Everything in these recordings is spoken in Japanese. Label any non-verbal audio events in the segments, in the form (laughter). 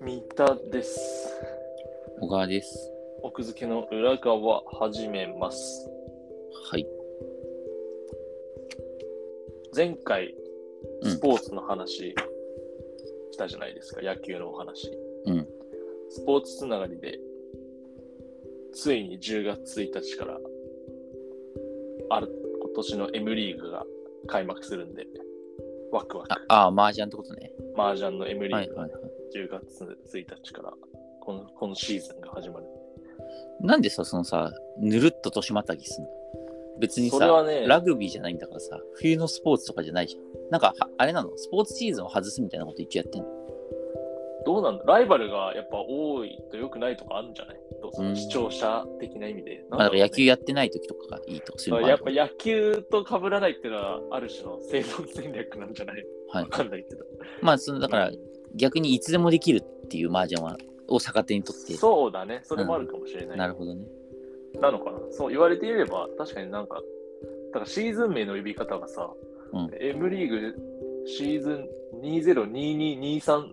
三田です。小川です。奥付けの裏側始めます。はい。前回、うんスポーツの話したじゃないですか、野球のお話。うんスポーツつながりで、ついに10月1日から、ある、今年の M リーグが開幕するんで、ワクワク。ああ、麻雀ってことね。麻雀の M リはーいグはいはい。 10月1日から、このこのシーズンが始まる。なんでさ、そのさ、ぬるっと年またぎすんの別にそれはさ、ねラグビーじゃないんだからさ、冬のスポーツとかじゃないじゃん。なんか、はあれなのスポーツシーズンを外すみたいなこと一応やってんのどうなんだライバルがやっぱ多いと良くないとかあるんじゃないどうそうんの視聴者的な意味で。まあ、だから野球ややってない時とかがいいとかそういうのもあやっるぱ野球と被らないっていうのはある種の生存戦略なんじゃないはいわかんないけど。まあ、そのだからうん、逆にいつでもできるっていう麻雀はを逆手にとって。そうだね。それもあるかもしれない。なるほどね。なのかなそう言われてみれば、確かになんか、だからシーズン名の呼び方がさ、うん M リーグシーズン202223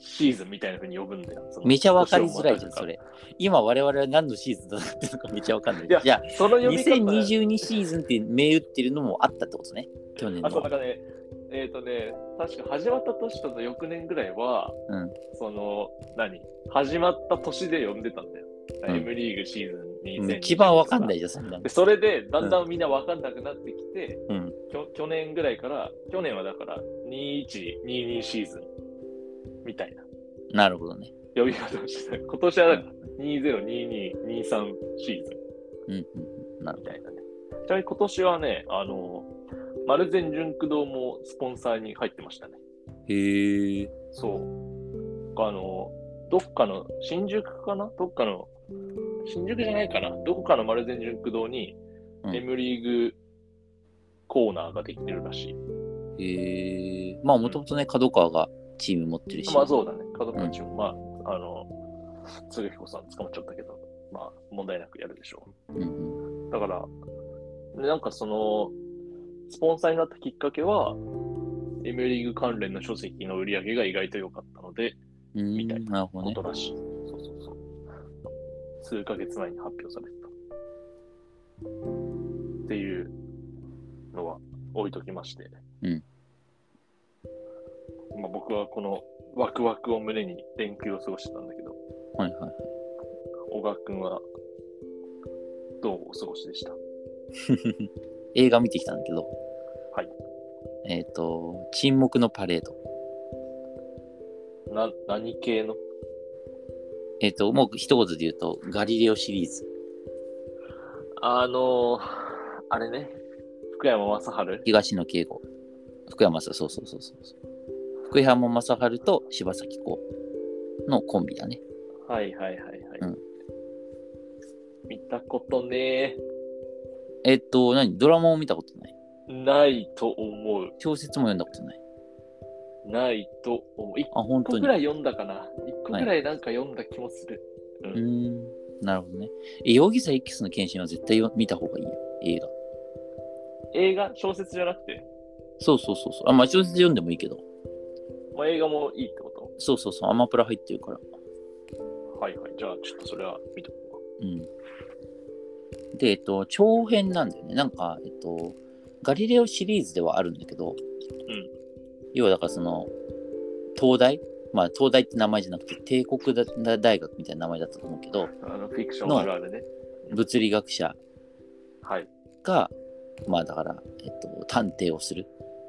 シーズンみたいな風に呼ぶんだよ。そのめちゃ分かりづらいじゃん、そ。年をれ。今、我々は何のシーズンだってるのかめちゃ分かんないいや。じゃあ、またその呼び方2022シーズンって銘打ってるのもあったってことね。去年あ、そう、のだ。からね、えっ、とね、確か始まった年との翌年ぐらいは、うんその、何始まった年で呼んでたんだよ。うん M リーグシーズンうん2000。。一番わかんないいじゃん、そんなので、。それで、だんだんみんなわかんなくなってきて、うん。きょ去年ぐらいから、去年はだから、2122シーズンみたいななるほどね。呼び方をしてた。今年はだから、202223シーズン。うんうん。なるみたいなね。ちなみに今年はね、あの、マルゼン純駆動もスポンサーに入ってましたね。へえ。そう。あの、どっかの、新宿かなどっかの、新宿じゃないかなどこかの丸善純駆堂に、うん M リーグコーナーができてるらしい。へえ。まあ、もともとね、角川がチーム持ってるし。まあそうだね。家族たちも、まあ、あの、つぐひこさん捕まっちゃったけど、まあ問題なくやるでしょうんうん。う。だから、なんかその、スポンサーになったきっかけは、M リーグ関連の書籍の売り上げが意外と良かったので、うーんみたいなるほどこねと。らしい。そうそうそう。数ヶ月前に発表されてた。っていうのは置いときまして。うんまあ、僕はこのワクワクを胸に連休を過ごしてたんだけど、はいはい。小川君はどうお過ごしでした映画見てきたんだけど。はい。えっと、沈黙のパレード。な何系のえっと、もう一言で言うと、ガリレオシリーズ。あのー、あれね、福山雅治東野圭吾。福山雅治、そうそうそうそうそう。福山雅治と柴咲コウのコンビだね。はいはいはいはい。うん見たことねえっと、何ドラマを見たことない。ーないと思う。小説も読んだことない。ないと思う。1あ、本当個にぐ。らい読んだかな。1個ぐらいなんか読んだ気もする。うーん、なるほどね。え、容疑者 X の検診は絶対よ見た方がいいよ、映画。映画、小説じゃなくて、そうそうそうそう。あ、まあ、小説読んでもいいけど。まあ、映画もいいってこそうそうそう、アマプラ入ってるから。とはいはい。じゃあ、ちょっとそれは見とこうん。で、えっと、長編なんだよね。なんか、えっと、ガリレオシリーズではあるんだけど、うん要はだからその、東大まあ、東大って名前じゃなくて、帝国だ大学みたいな名前だったと思うけど、うか。あの、フィクションあるあるね。物理学者はい。が、まあだから、えっと、探偵をする。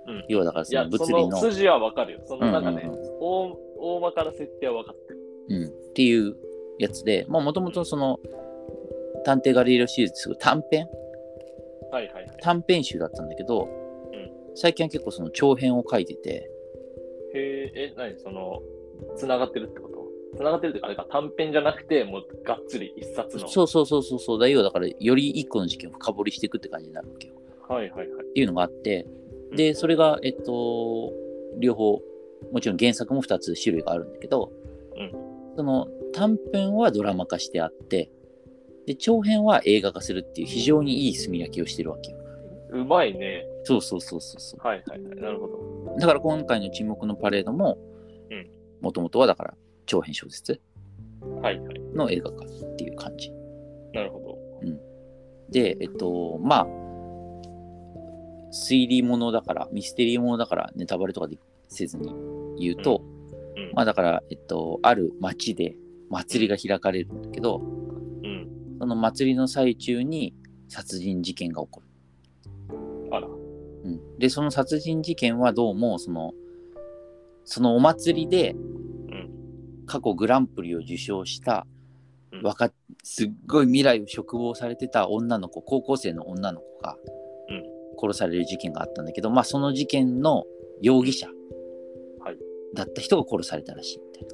うん要はだからいそやの、そ物理のの。筋はわかるよ。その中で、うんうん大大まかな設定は分かってる。うん、っていうやつで、まあもともとその、探偵ガリレオシリーズってすごい短編はいはいはい。短編集だったんだけど、ん最近は結構その長編を書いてて、へえ、え、何その、つながってるってことつながってるっていうか、あれか、短編じゃなくて、もうがっつり一冊の。そうそうそうそうそう、だよだからより一個の事件を深掘りしていくって感じになるわけよ。っはいはいはい。ていうのがあって、で、それが、えっと、両方、もちろん原作も2つ種類があるんだけど、うんその短編はドラマ化してあって、で、長編は映画化するっていう非常にいい炭焼きをしてるわけよ。うまいね。そうそうそうそうそはいはいはい。なるほど。う。だから今回の沈黙のパレードもうん、もともとはだから長編小説はいはい。の映画化っていう感じ。なるほで、えっと、まあ、推理ものだから、ミステリーものだから、ネタバレとかでせずに言うと、ど。うん。まあだから、えっと、ある町で祭りが開かれるんだけど、うん。その祭りの最中に殺人事件が起こる。あら。うん、で、その殺人事件はどうも、その、そのお祭りでん、過去グランプリを受賞したうん、わかすっごい未来を嘱望されてた女の子、高校生の女の子がうん殺される事件があったんだけど、まあその事件の容疑者はいだった人が殺されたらしいみたいな。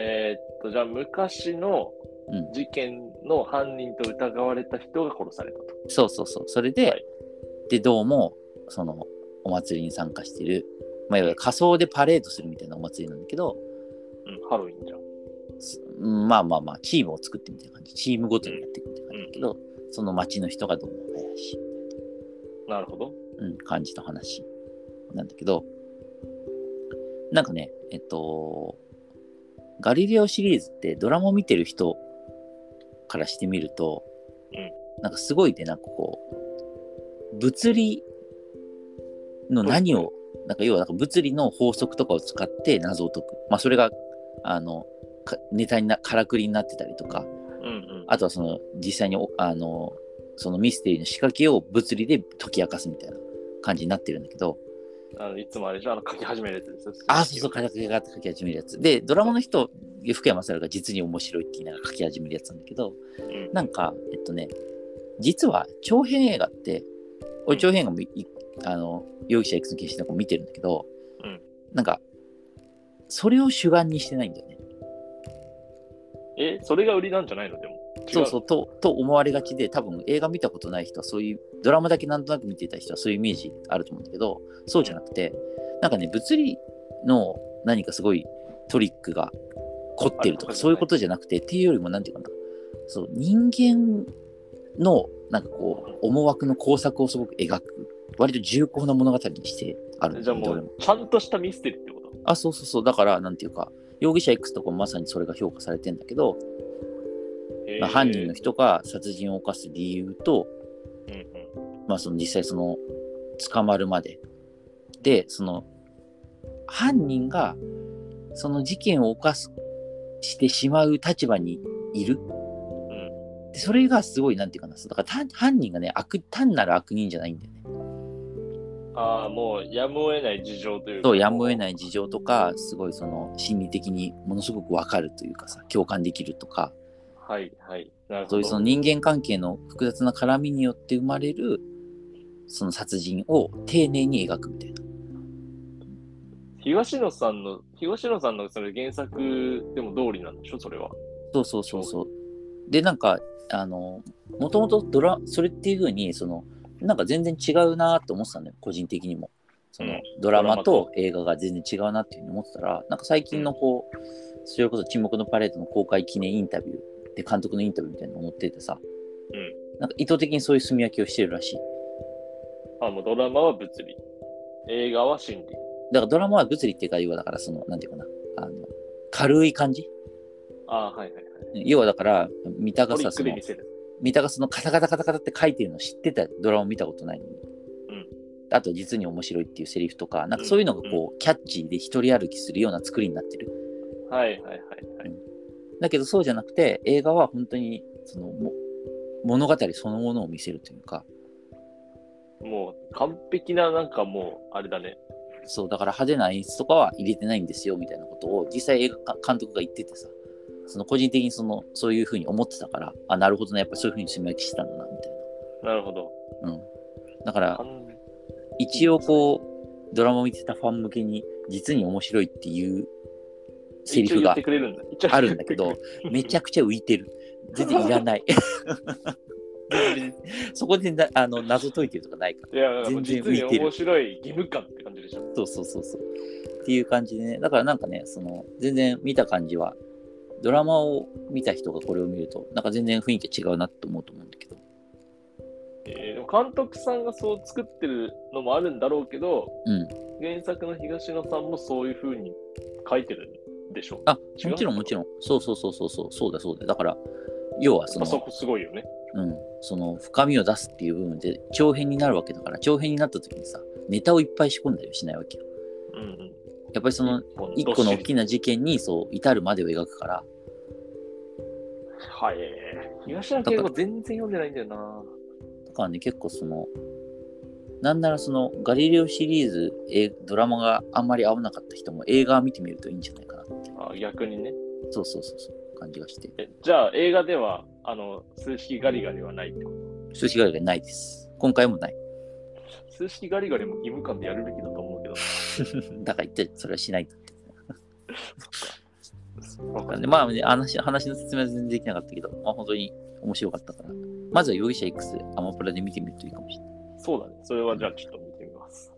えーっと、じゃあ昔のうん事件の犯人と疑われた人が殺されたと。そうそうそう。それで、はいで、どうも、その、お祭りに参加してる、まあ、いわゆる仮装でパレードするみたいなお祭りなんだけど、うん。ハロウィンじゃん。すうんまあまあまあ、チームを作ってみたいな感じ、チームごとにやっていくみたいな感じだけど、その町の人がどうも怪しい、なるほど。うん、感じの話なんだけど、なんかね、えっと、ガリレオシリーズってドラマを見てる人からしてみると、うんなんかすごいね、なんかこう、物理の何を、なんか要はなんか物理の法則とかを使って謎を解く。まあそれが、あの、かネタにな、からくりになってたりとか、うんうん。あとはその実際におあのそのミステリーの仕掛けを物理で解き明かすみたいな感じになってるんだけど、あのいつもあれじゃん、あの書き始めるやつですよああ、そうそう、書き上がって書き始めるやつ。で、ドラマの人、福山雅治が実に面白いって言いながら書き始めるやつなんだけど、うんなんか、えっとね、実は長編映画って、俺長編映画もい、いあの容疑者 X の決心なんかも見てるんだけど、うんなんか、それを主眼にしてないんだよね。え、それが売りなんじゃないのでも。違そうそうとと思われがちで多分映画見たことない人はそういうドラマだけなんとなく見てた人はそういうイメージあると思うんだけどそうじゃなくてなんかね物理の何かすごいトリックが凝ってるとあかるそういうことじゃなくてっていうよりも何て言うかなそう人間のなんかこう思惑の工作をすごく描く割と重厚な物語にしてあるんだよじゃあもどれう、ちゃんとしたミステリーってことあ、そうそうそう。だから、なんていうか、容疑者 X とかもまさにそれが評価されてんだけど、えまあ、犯人の人が殺人を犯す理由と、うんうん。まあ、その実際その捕まるまででその犯人がその事件を犯すしてしまう立場にいるうんでそれがすごいなんていうかなそうだから単犯人がね悪単なる悪人じゃないんだよねああ、もうやむを得ない事情というか。そうやむを得い。ない事情とかすごいその心理的にものすごくわかるというかさ共感できるとかはいはい。なるほど。そういうその人間関係の複雑な絡みによって生まれるその殺人を丁寧に描くみたいな。東野さんの、東野さんのそれ原作でも通りなんでしょ、それは。そうそうそうそう。で、なんか、あの、もともとドラ、それっていう風に、その、なんか全然違うなと思ってたんだよ、個人的にも。そのうんドラドラママと映画が全然違うなっていうふうに思ってたら、なんか最近のこう、それこそ沈黙のパレードの公開記念インタビューで監督のインタビューみたいなの載っててさ、うんなんか意図的にそういう炭焼きをしてるらしい。あもうドラマは物理。映画は心理。だからドラマは物理っていうか、要はだからその、なんていうかな、あの、軽い感じああ、はいはいはい。要はだから、三田トがリさ、ッそクでの見、せる。三田がそのカタカタカタカタって書いてるの知ってたドラマ見たことないのに、うんあと実に面白いっていうセリフとかなんかそういうのがこう、キャッチーで一人歩きするような作りになってるはいはいはいはい。だけどそうじゃなくて映画は本当にそのも物語そのものを見せるというかもう完璧な、なんかもう、あれだね。そうだから派手な演出とかは入れてないんですよみたいなことを実際映画か監督が言っててさその個人的にそのそういうふうに思ってたからあなるほどねやっぱそういうふうに締め分けしてたんだなみたいなるほど。な、うん、だから完一応こうドラマを見てたファン向けに実に面白いっていうセリ一応フ言がってくれるんだ。一応あるんだけどめちゃくちゃ浮いてる全然いらない (laughs) そこでなあの謎解いてるとかないからいや、なんかもう全然実浮いにてる面白い義務感って感じでしょ。そうそうそうそうっていう感じでねだからなんかねその全然見た感じはドラマを見た人がこれを見ると、なんか全然雰囲気違うなと思うと思うんだけど。えーでも監督さんがそう作ってるのもあるんだろうけど、うん原作の東野さんもそういう風に書いてるんでしょう。あ、違うもちろんもちろん。そうそうそうそうそう、そうだそうだ。だから、要はそまあ、その、こすごいよね。うん、その深みを出すっていう部分で長編になるわけだから、長編になった時にさ、ネタをいっぱい仕込んだりはしないわけよ。うんうん、やっぱりその、一個の大きな。な事件にそう至るまでを描くから、はい。東野圭吾全然読んでないんだよな。だからね、結構その、なんならその、ガリレオシリーズ、えドラマがあんまり合わなかった人も映画を見てみるといいんじゃないかなって。あ逆にねそうそうそうそう、感じがして。え。じゃあ映画では、あの、数式ガリガリはないってこと数式ガリがないです。今回もない。数式ガリガリも義務感でやるべきだと思うけど。だから言って、それはしない。わかななんんで、いまあ、ね、話話の説明は全然できなかったけど、まあ、本当に面白かったから。まずは容疑者 X でアマプラで見てみるといいかもしれない。そうだね。それはじゃあちょっと見てみます。